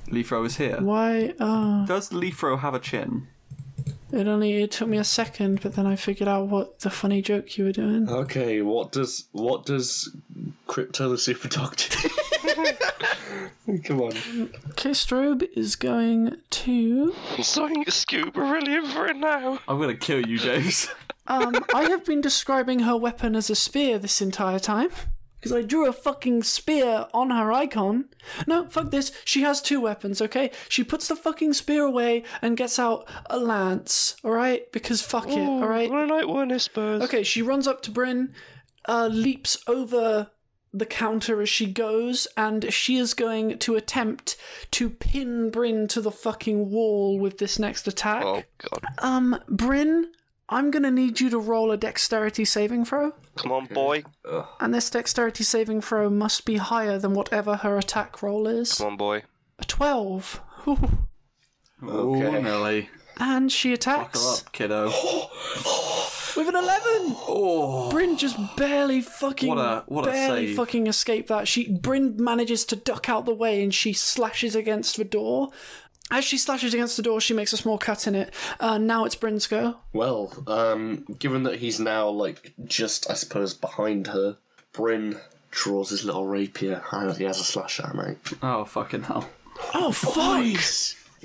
D: Leafro is here.
A: why? Uh,
D: Does Leafro have a chin?
A: it only it took me a second, but then I figured out what the funny joke you were
E: Uh.
A: doing.
E: Okay, what does what does Crypto the Super Dog do? Come on.
A: K-Strobe is going to...
F: Sewing a scuba really for it now.
D: I'm gonna kill you, James.
A: Um, I have been describing her weapon as a spear this entire time. Because I drew a fucking spear on her icon. No, fuck this. She has two weapons, okay? She puts the fucking spear away and gets out a lance, alright? Because fuck it, alright?
F: What a night one, I suppose.
A: Okay, she runs up to Bryn, uh, leaps over the counter as she goes, and she is going to attempt to pin Bryn to the fucking wall with this next attack.
F: Oh God.
A: Um, Bryn, I'm gonna need you to roll a dexterity saving throw,
F: Come on, boy.
A: and this dexterity saving throw must be higher than whatever her attack roll is.
F: Come on, boy.
A: A twelve. Ooh.
D: Oh, Nelly.
A: And she
D: Buckle
A: attacks
D: up, kiddo.
A: with an eleven.
D: Oh.
A: Bryn just barely fucking,
D: What a- what a
A: barely
D: save.
A: fucking escaped that. She Bryn manages to duck out the way, and she slashes against the door. As she slashes against the door, she makes a small cut in it. Uh, now it's Bryn's go.
E: Well, um, given that he's now like just, I suppose, behind her, Bryn draws his little rapier and he has a slash at her, mate.
D: Oh, fucking hell.
A: Oh, fuck!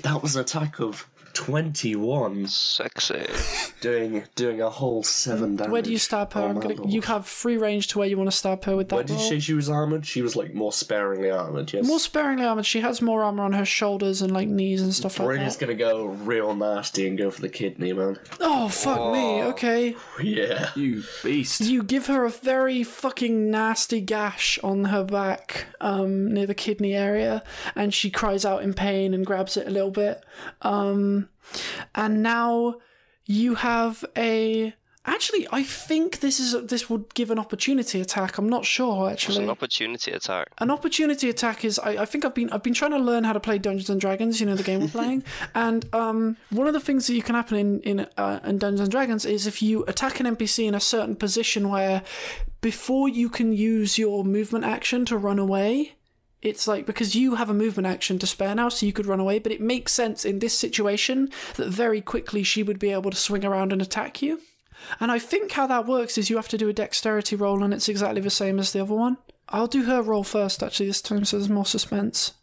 E: That was an attack of twenty-one,
F: Sexy.
E: doing doing a whole seven damage.
A: Where do you stab her?
E: Oh,
A: I'm
E: my
A: gonna,
E: lord.
A: you have free range to where you want to stab her with that
E: Where did you
A: roll.
E: say she was armored? She was like more sparingly armored. Yes.
A: More sparingly armored. She has more armor on her shoulders and like knees and stuff like
E: Bryn is
A: that.
E: gonna go real nasty and go for the kidney, man.
A: Oh fuck me. Okay,
E: Yeah.
D: You beast.
A: you give her a very fucking nasty gash on her back, um, near the kidney area, and she cries out in pain and grabs it a little bit. Um, and now you have a. Actually, I think this is this would give an opportunity attack. I'm not sure
F: It's
A: actually.
F: an opportunity attack.
A: an opportunity attack is I, I think I've been I've been trying to learn how to play Dungeons and Dragons, you know the game we're playing, and um, one of the things that you can happen in in, uh, in Dungeons and Dragons is if you attack an NPC in a certain position where before you can use your movement action to run away, it's like because you have a movement action to spare now, so you could run away. But it makes sense in this situation that very quickly she would be able to swing around and attack you. And I think how that works is you have to do a dexterity roll, and it's exactly the same as the other one. I'll do her roll first, actually, this time, so there's more suspense.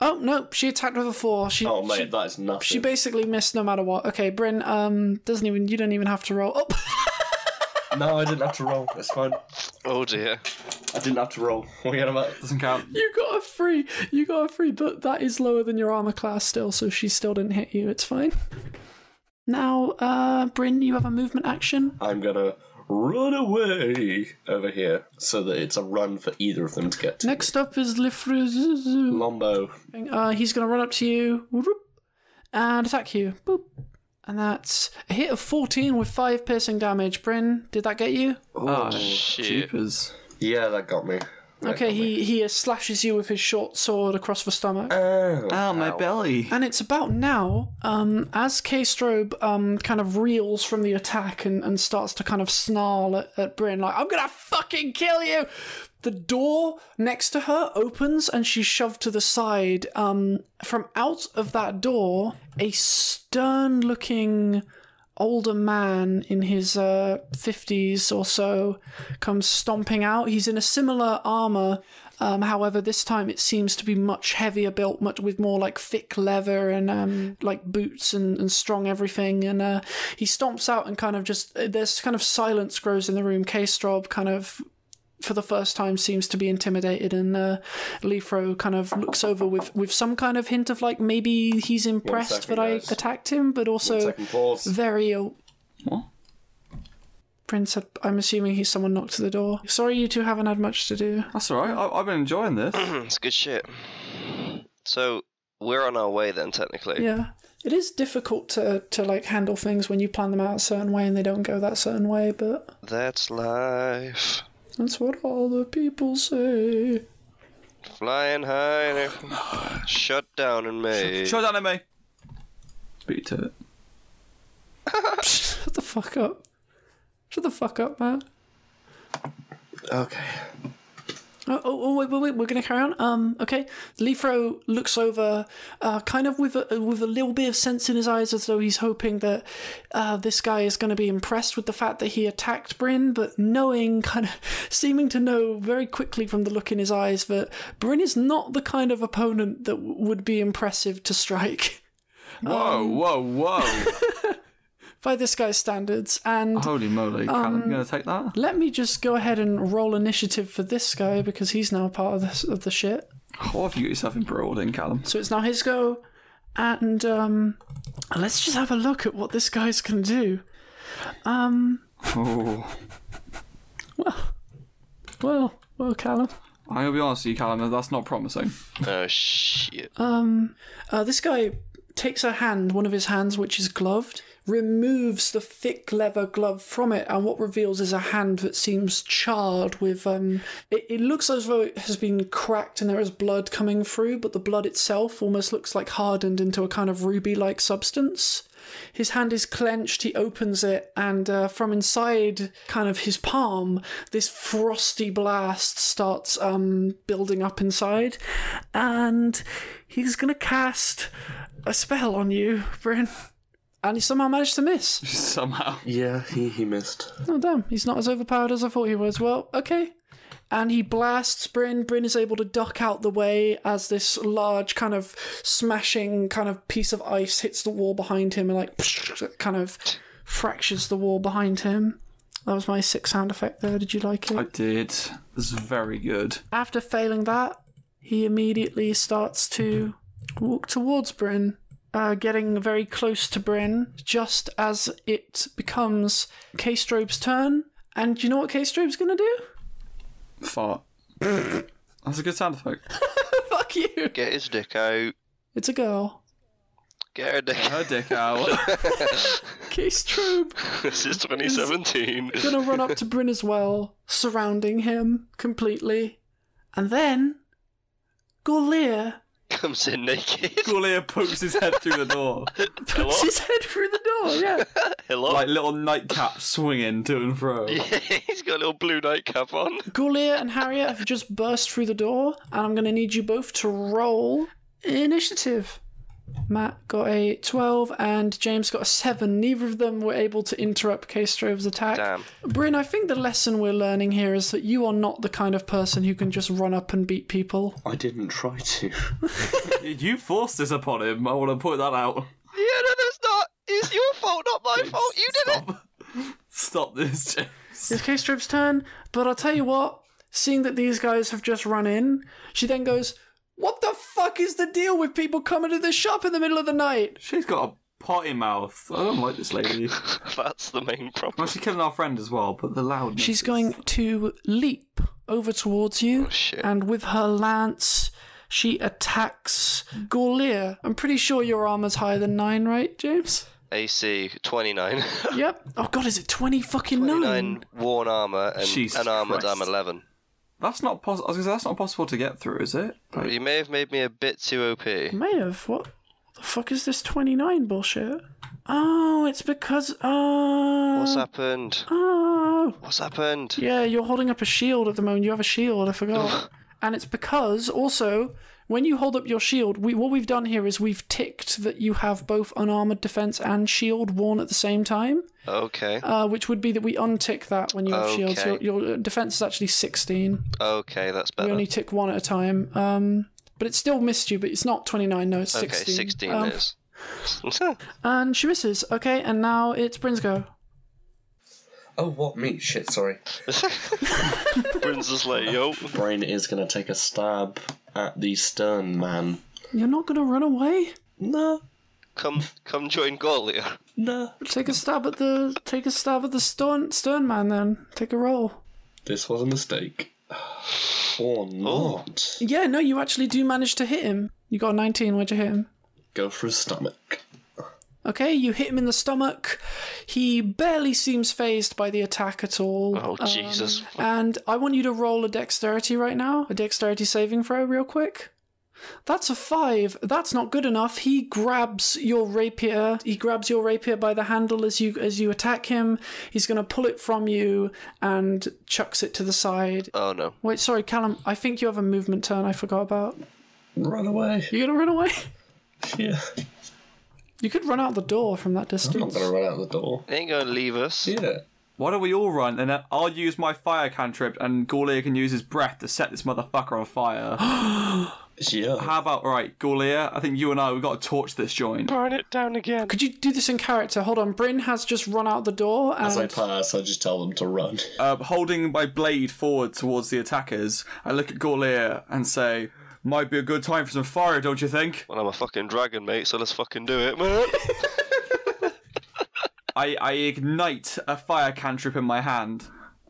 A: Oh, no, she attacked with a four. She,
E: Oh mate,
A: she,
E: that is nothing.
A: she basically missed no matter what. Okay, Bryn, um, doesn't even, you don't even have to roll. Oh,
E: No, I didn't have to roll. It's fine.
F: Oh dear.
E: I didn't have to roll. What are you on about?
D: Doesn't count.
A: you got a three. You got a three, but that is lower than your armor class still, so she still didn't hit you. It's fine. Now, uh, Bryn, you have a movement action.
E: I'm gonna run away over here so that it's a run for either of them to get to.
A: Next up is Lifru.
E: Lombo.
A: Uh, he's going to run up to you whoop, and attack you. Boop. And that's a hit of 14 with 5 piercing damage. Bryn, did that get you?
D: Oh,
F: shit.
D: jeepers.
E: Yeah, that got me. That
A: Okay,
E: got me.
A: he, he slashes you with his short sword across the stomach.
E: Oh.
D: Oh, my belly.
A: And it's about now, um, as K. Strobe um, kind of reels from the attack and, and starts to kind of snarl at, at Bryn, like, I'm gonna fucking kill you! The door next to her opens and she's shoved to the side. Um, from out of that door, a stern looking older man in his uh, 50s or so comes stomping out. He's in a similar armor, um, however, this time it seems to be much heavier built, much with more like thick leather and um, like boots and, and strong everything. And uh, he stomps out and kind of just uh, there's kind of silence grows in the room. K-Strob kind of for the first time seems to be intimidated and uh, Leafro kind of looks over with, with some kind of hint of like maybe he's impressed
E: second,
A: that I
E: guys.
A: attacked him, but also
E: Second pause.
A: very ill.
D: What?
A: Prince, had- I'm assuming he's someone knocked to the door. Sorry, you two haven't had much to do.
D: That's alright. I- I've been enjoying this.
F: Hmm, It's good shit. So we're on our way then, technically.
A: Yeah, it is difficult to to like handle things when you plan them out a certain way and they don't go that certain way. But
F: That's life.
A: that's what all the people say.
F: Flying high. and everything. Shut down in May.
D: Show down at me. Speak to it.
A: Shut the fuck up. Shut the fuck up, man.
E: Okay.
A: Oh, oh, oh wait, wait, wait. We're gonna carry on. Um, okay. Leafro looks over, uh, kind of with a with a little bit of sense in his eyes, as though he's hoping that uh, this guy is going to be impressed with the fact that he attacked Bryn, but knowing, kind of seeming to know very quickly from the look in his eyes that Bryn is not the kind of opponent that w- would be impressive to strike
D: Whoa,
F: Um,
D: whoa, whoa.
A: by this guy's standards. And
D: Holy moly. Callum, you
F: Um,
D: gonna take that?
A: let me just go ahead and roll initiative for this guy because he's now part of the, of the shit.
D: What have Oh, you got yourself embroiled in, Callum?
A: So it's now his go, and um, let's just have a look at what this guy's can do.
D: Oh.
A: Well, well, Callum.
D: I'm gonna be honest with you, Callum, that's not promising.
F: Oh shit.
A: Uh, this guy takes a hand, one of his hands, which is gloved, removes the thick leather glove from it, and what reveals is a hand that seems charred with. Um, it, it looks as though it has been cracked and there is blood coming through, but the blood itself almost looks like hardened into a kind of ruby like substance. His hand is clenched. He opens it, and uh, from inside, kind of his palm, this frosty blast starts um, building up inside, and he's gonna cast a spell on you, Bryn. And he somehow managed to miss.
D: Somehow.
E: Yeah, he, he missed.
A: Oh damn, he's not as overpowered as I thought he was. Well, okay. And he blasts Bryn. Bryn is able to duck out the way as this large kind of smashing kind of piece of ice hits the wall behind him and like kind of fractures the wall behind him. That was my sick sound effect there. Did you like it?
D: I did. This is very good.
A: After failing that, he immediately starts to walk towards Bryn, uh, getting very close to Bryn, just as it becomes Kaystrobe's turn. And do you know what Kaystrobe's gonna do?
D: Fart. That's a good sound effect.
A: Fuck you!
F: Get his dick out.
A: It's a girl.
F: Get her dick out.
D: Her dick out.
A: Kaystrobe
F: this is 2017.
A: gonna run up to Bryn as well, surrounding him completely. And then, Gorlear
F: Comes in naked.
D: Goulier pokes his head through the door,
A: puts his head through the door, yeah.
F: Hello?
D: like little nightcap swinging to and fro.
F: He's got a little blue nightcap on.
A: Gulia and Harriet have just burst through the door, and I'm going to need you both to roll initiative. Matt got a 12 and James got a 7. Neither of them were able to interrupt Kaystrove's attack.
F: Damn.
A: Bryn, I think the lesson we're learning here is that you are not the kind of person who can just run up and beat people.
E: I didn't try to.
D: You forced this upon him. I want to point that out.
F: Yeah, no, that's not. It's your fault, not my fault. Oh, You did it.
D: Stop. Stop this, James.
A: It's Kaystrob's turn, but I'll tell you what, seeing that these guys have just run in, she then goes, What the fuck is the deal with people coming to the shop in the middle of the night?
D: She's got a potty mouth. I don't like this lady.
F: That's the main
D: Well,
F: problem.
D: she's killing our friend as well, but the loudness.
A: She's
D: is-
A: going to leap over towards you,
F: Oh, shit.
A: and with her lance, she attacks Gorlear. I'm pretty sure your armor's higher than nine, right, James?
F: AC 29.
A: Yep. Oh god, is it twenty fucking
F: 29
A: nine?
F: worn armor and
D: Jesus
F: unarmored.
D: Christ.
F: I'm 11.
D: That's not possible. I was gonna say, that's not possible to get through, is it? Like,
F: You may have made me a bit too OP.
A: May have. What the fuck is this twenty nine bullshit? Oh, it's because oh.
F: What's happened?
A: Oh.
F: What's happened?
A: Yeah, you're holding up a shield at the moment. You have a shield. I forgot. and it's because also when you hold up your shield, we what we've done here is we've ticked that you have both unarmored defense and shield worn at the same time,
F: Okay.
A: uh, which would be that we untick that when you have shields. Your,
F: Okay.
A: your defense is actually sixteen.
F: Okay, that's better.
A: We only tick one at a time. Um, but it still missed you. But it's not twenty nine. No, it's
F: okay,
A: sixteen.
F: 16,
A: Um,
F: is.
A: And she misses. Okay, and now it's Bryn's go.
E: Oh, what? Me? Shit, sorry.
F: Bryn's just like, yo.
E: Brain is going to take a stab at the stern man.
A: You're not gonna run away.
E: No,
F: Come, come join Gorlia.
E: no.
A: Take a stab at the take a stab at the stern stern man. Then take a roll.
E: This was a mistake. Or not.
A: Yeah, no, you actually do manage to hit him. You got a 19, where'd you hit him?
E: Go for his stomach.
A: Okay, you hit him in the stomach. He barely seems phased by the attack at all.
F: Oh,
A: Um,
F: Jesus.
A: And I want you to roll a dexterity right now, a dexterity saving throw, real quick. That's a five. That's not good enough. He grabs your rapier. He grabs your rapier by the handle as you as you attack him. He's gonna pull it from you and chucks it to the side.
F: Oh no.
A: Wait, sorry, Callum. I think you have a movement turn. I forgot about.
E: Run away.
A: You're gonna run away.
E: Yeah.
A: You could run out the door from that
E: I'm not
A: distance.
E: going to run out the door.
F: They ain't gonna leave us.
E: Yeah.
D: Why don't we all run and then I'll use my fire cantrip and Gaulier can use his breath to set this motherfucker on fire.
E: Yeah.
D: How about right, Gaulier? I think you and I we've got to torch this joint.
F: Burn it down again.
A: Could you do this in character? Hold on, Bryn has just run out the door and
E: As I pass, I just tell them to run.
D: Uh, holding my blade forward towards the attackers, I look at Gaulier and say, "Might be a good time for some fire, don't you think?"
F: Well, I'm a fucking dragon, mate, so let's fucking do it, man.
D: I, I ignite a fire cantrip in my hand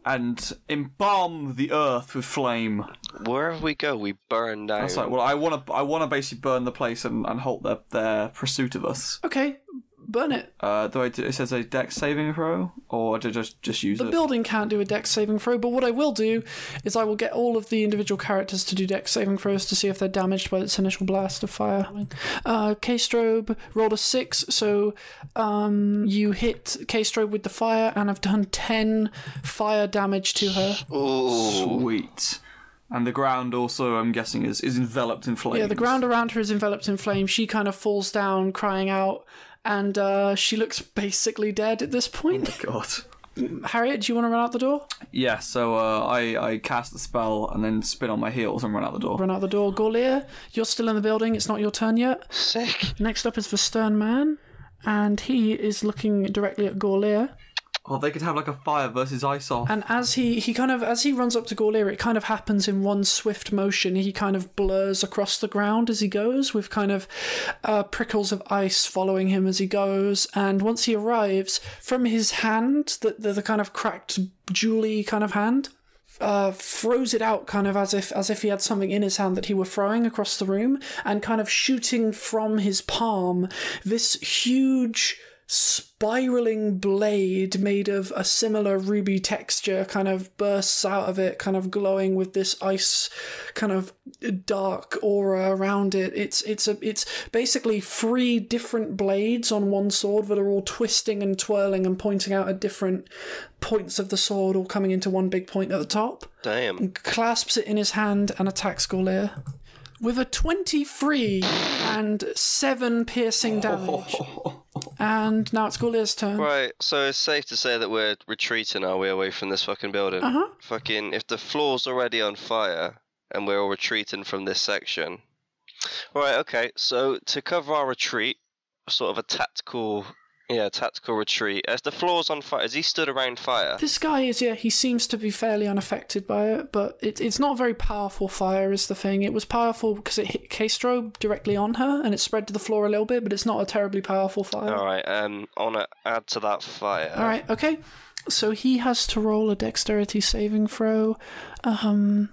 D: and embalm the earth with flame.
F: Wherever we go, we burn down.
D: It's like, well, I want to, I want to basically burn the place and, and halt their, their pursuit of us.
A: Okay. burn it.
D: Uh, do I do, it says a dex saving throw, or do I just just use
A: The
D: it?
A: building can't do a dex saving throw, but what I will do is I will get all of the individual characters to do dex saving throws to see if they're damaged by its initial blast of fire. Uh, K-Strobe rolled a six, so um, you hit K-Strobe with the fire and have done 10 fire damage to her.
D: Sweet. And the ground also, I'm guessing, is, is enveloped in flames.
A: Yeah, the ground around her is enveloped in flame. She kind of falls down, crying out, and uh, she looks basically dead at this point.
D: God.
A: Harriet, do you want to run out the door?
D: Yeah. So uh, I I cast the spell and then spin on my heels and run out the door.
A: Run out the door. Gorlia, you're still in the building. It's not your turn yet.
F: Sick.
A: Next up is the Stern Man, and he is looking directly at Gorlia.
D: Oh, they could have like a fire versus ice off.
A: And as he, he kind of as he runs up to Gorlia, it kind of happens in one swift motion. He kind of blurs across the ground as he goes, with kind of uh, prickles of ice following him as he goes. And once he arrives, from his hand, the the, the kind of cracked jewelly kind of hand, uh, throws it out kind of as if as if he had something in his hand that he were throwing across the room and kind of shooting from his palm this huge spiraling blade made of a similar ruby texture kind of bursts out of it kind of glowing with this ice kind of dark aura around it it's it's a it's basically three different blades on one sword that are all twisting and twirling and pointing out at different points of the sword all coming into one big point at the top
F: Damn.
A: clasps it in his hand and attacks Gorlia with a 23 and 7 piercing damage. And now it's Gorlia's turn.
F: Right, so it's safe to say that we're retreating, are we, away from this fucking building?
A: Uh-huh.
F: Fucking, if the floor's already on fire and we're all retreating from this section. Right, okay, so to cover our retreat, sort of a tactical, yeah, tactical retreat. As the floor's on fire, is he stood around fire?
A: This guy is, yeah, he seems to be fairly unaffected by it, but it, it's not a very powerful fire, is the thing. It was powerful because it hit Castro directly on her and it spread to the floor a little bit, but it's not a terribly powerful fire.
F: Alright, um, I want to add to that fire.
A: All right, okay. So he has to roll a dexterity saving throw. Um,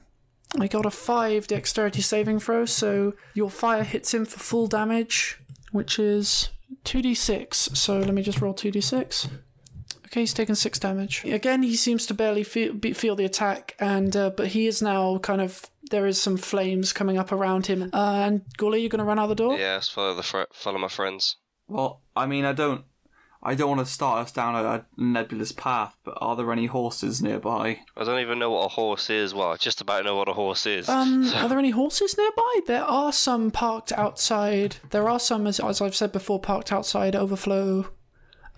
A: I got a five dexterity saving throw, so your fire hits him for full damage, which is 2d6. So let me just roll 2d6. Okay, he's taken six damage. Again, he seems to barely feel, be, feel the attack, and uh, but he is now kind of there is some flames coming up around him. Uh, and Gully, you're gonna run out the door.
F: Yeah, let's follow, the fr- follow my friends.
D: Well, I mean, I don't, I don't want to start us down a, a nebulous path. But are there any horses nearby?
F: I don't even know what a horse is. Well, I just about know what a horse is.
A: Um, are there any horses nearby? There are some parked outside. There are some, as, as I've said before, parked outside overflow,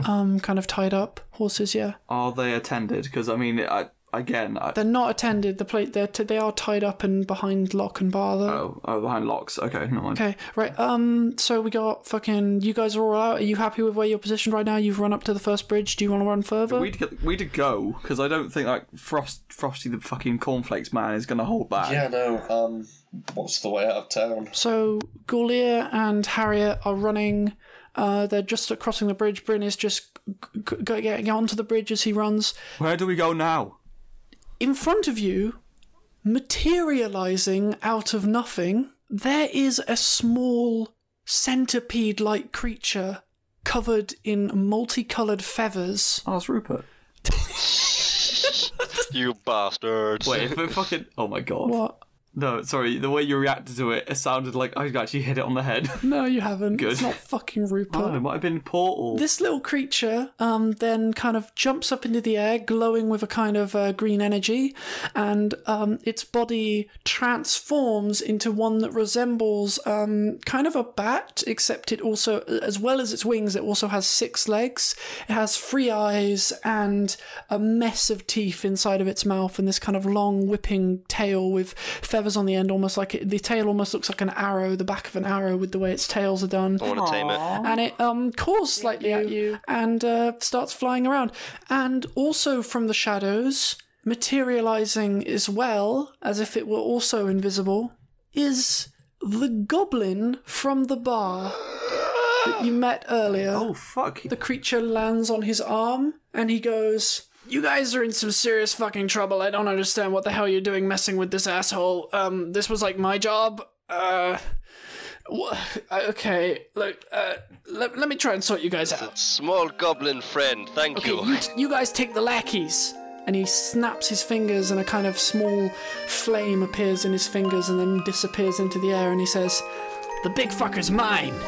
A: um, kind of tied up horses. Yeah,
D: Are they attended? Because I mean, I, again, I,
A: they're not attended. The plate they're t- they are tied up and behind lock and bar though.
D: oh, oh, behind locks. Okay, never mind.
A: Okay, right. Um, so we got fucking. You guys are all out. Are you happy with where you're positioned right now? You've run up to the first bridge. Do you want to run further?
D: We'd get, we'd go because I don't think like Frost, Frosty the fucking cornflakes man is gonna hold back.
E: Yeah, no. Um, what's the way out of town?
A: So Gaulier and Harriet are running. Uh, they're just crossing the bridge. Bryn is just g- g- getting onto the bridge as he runs.
D: Where do we go now?
A: in front of you, materializing out of nothing, there is a small centipede like creature covered in multicolored feathers.
D: Oh, it's Rupert.
F: you bastards.
D: Wait, if it fucking. Oh my god.
A: What?
D: No, sorry. The way you reacted to it, it sounded like I actually hit it on the head.
A: No, you haven't.
D: Good.
A: It's not fucking Rupert.
D: oh, it might have been Portal.
A: This little creature um, then kind of jumps up into the air, glowing with a kind of uh, green energy, and um, its body transforms into one that resembles um, kind of a bat, except it also, as well as its wings, it also has six legs. It has three eyes and a mess of teeth inside of its mouth, and this kind of long whipping tail with feathers on the end, almost like it, the tail almost looks like an arrow, the back of an arrow with the way its tails are done
F: I want to tame it.
A: and it um caws slightly at you and uh, starts flying around. And also from the shadows, materializing as well as if it were also invisible, is the goblin from the bar that you met earlier.
D: Oh fuck!
A: The creature lands on his arm and he goes, You guys are in some serious fucking trouble. I don't understand what the hell you're doing messing with this asshole. Um, this was like my job. Uh, Wha- okay, look, uh, let, let me try and sort you guys out.
F: Small goblin friend, thank
A: Okay,
F: you.
A: you, t- you guys take the lackeys. And he snaps his fingers, and a kind of small flame appears in his fingers and then disappears into the air. And he says, The big fucker's mine.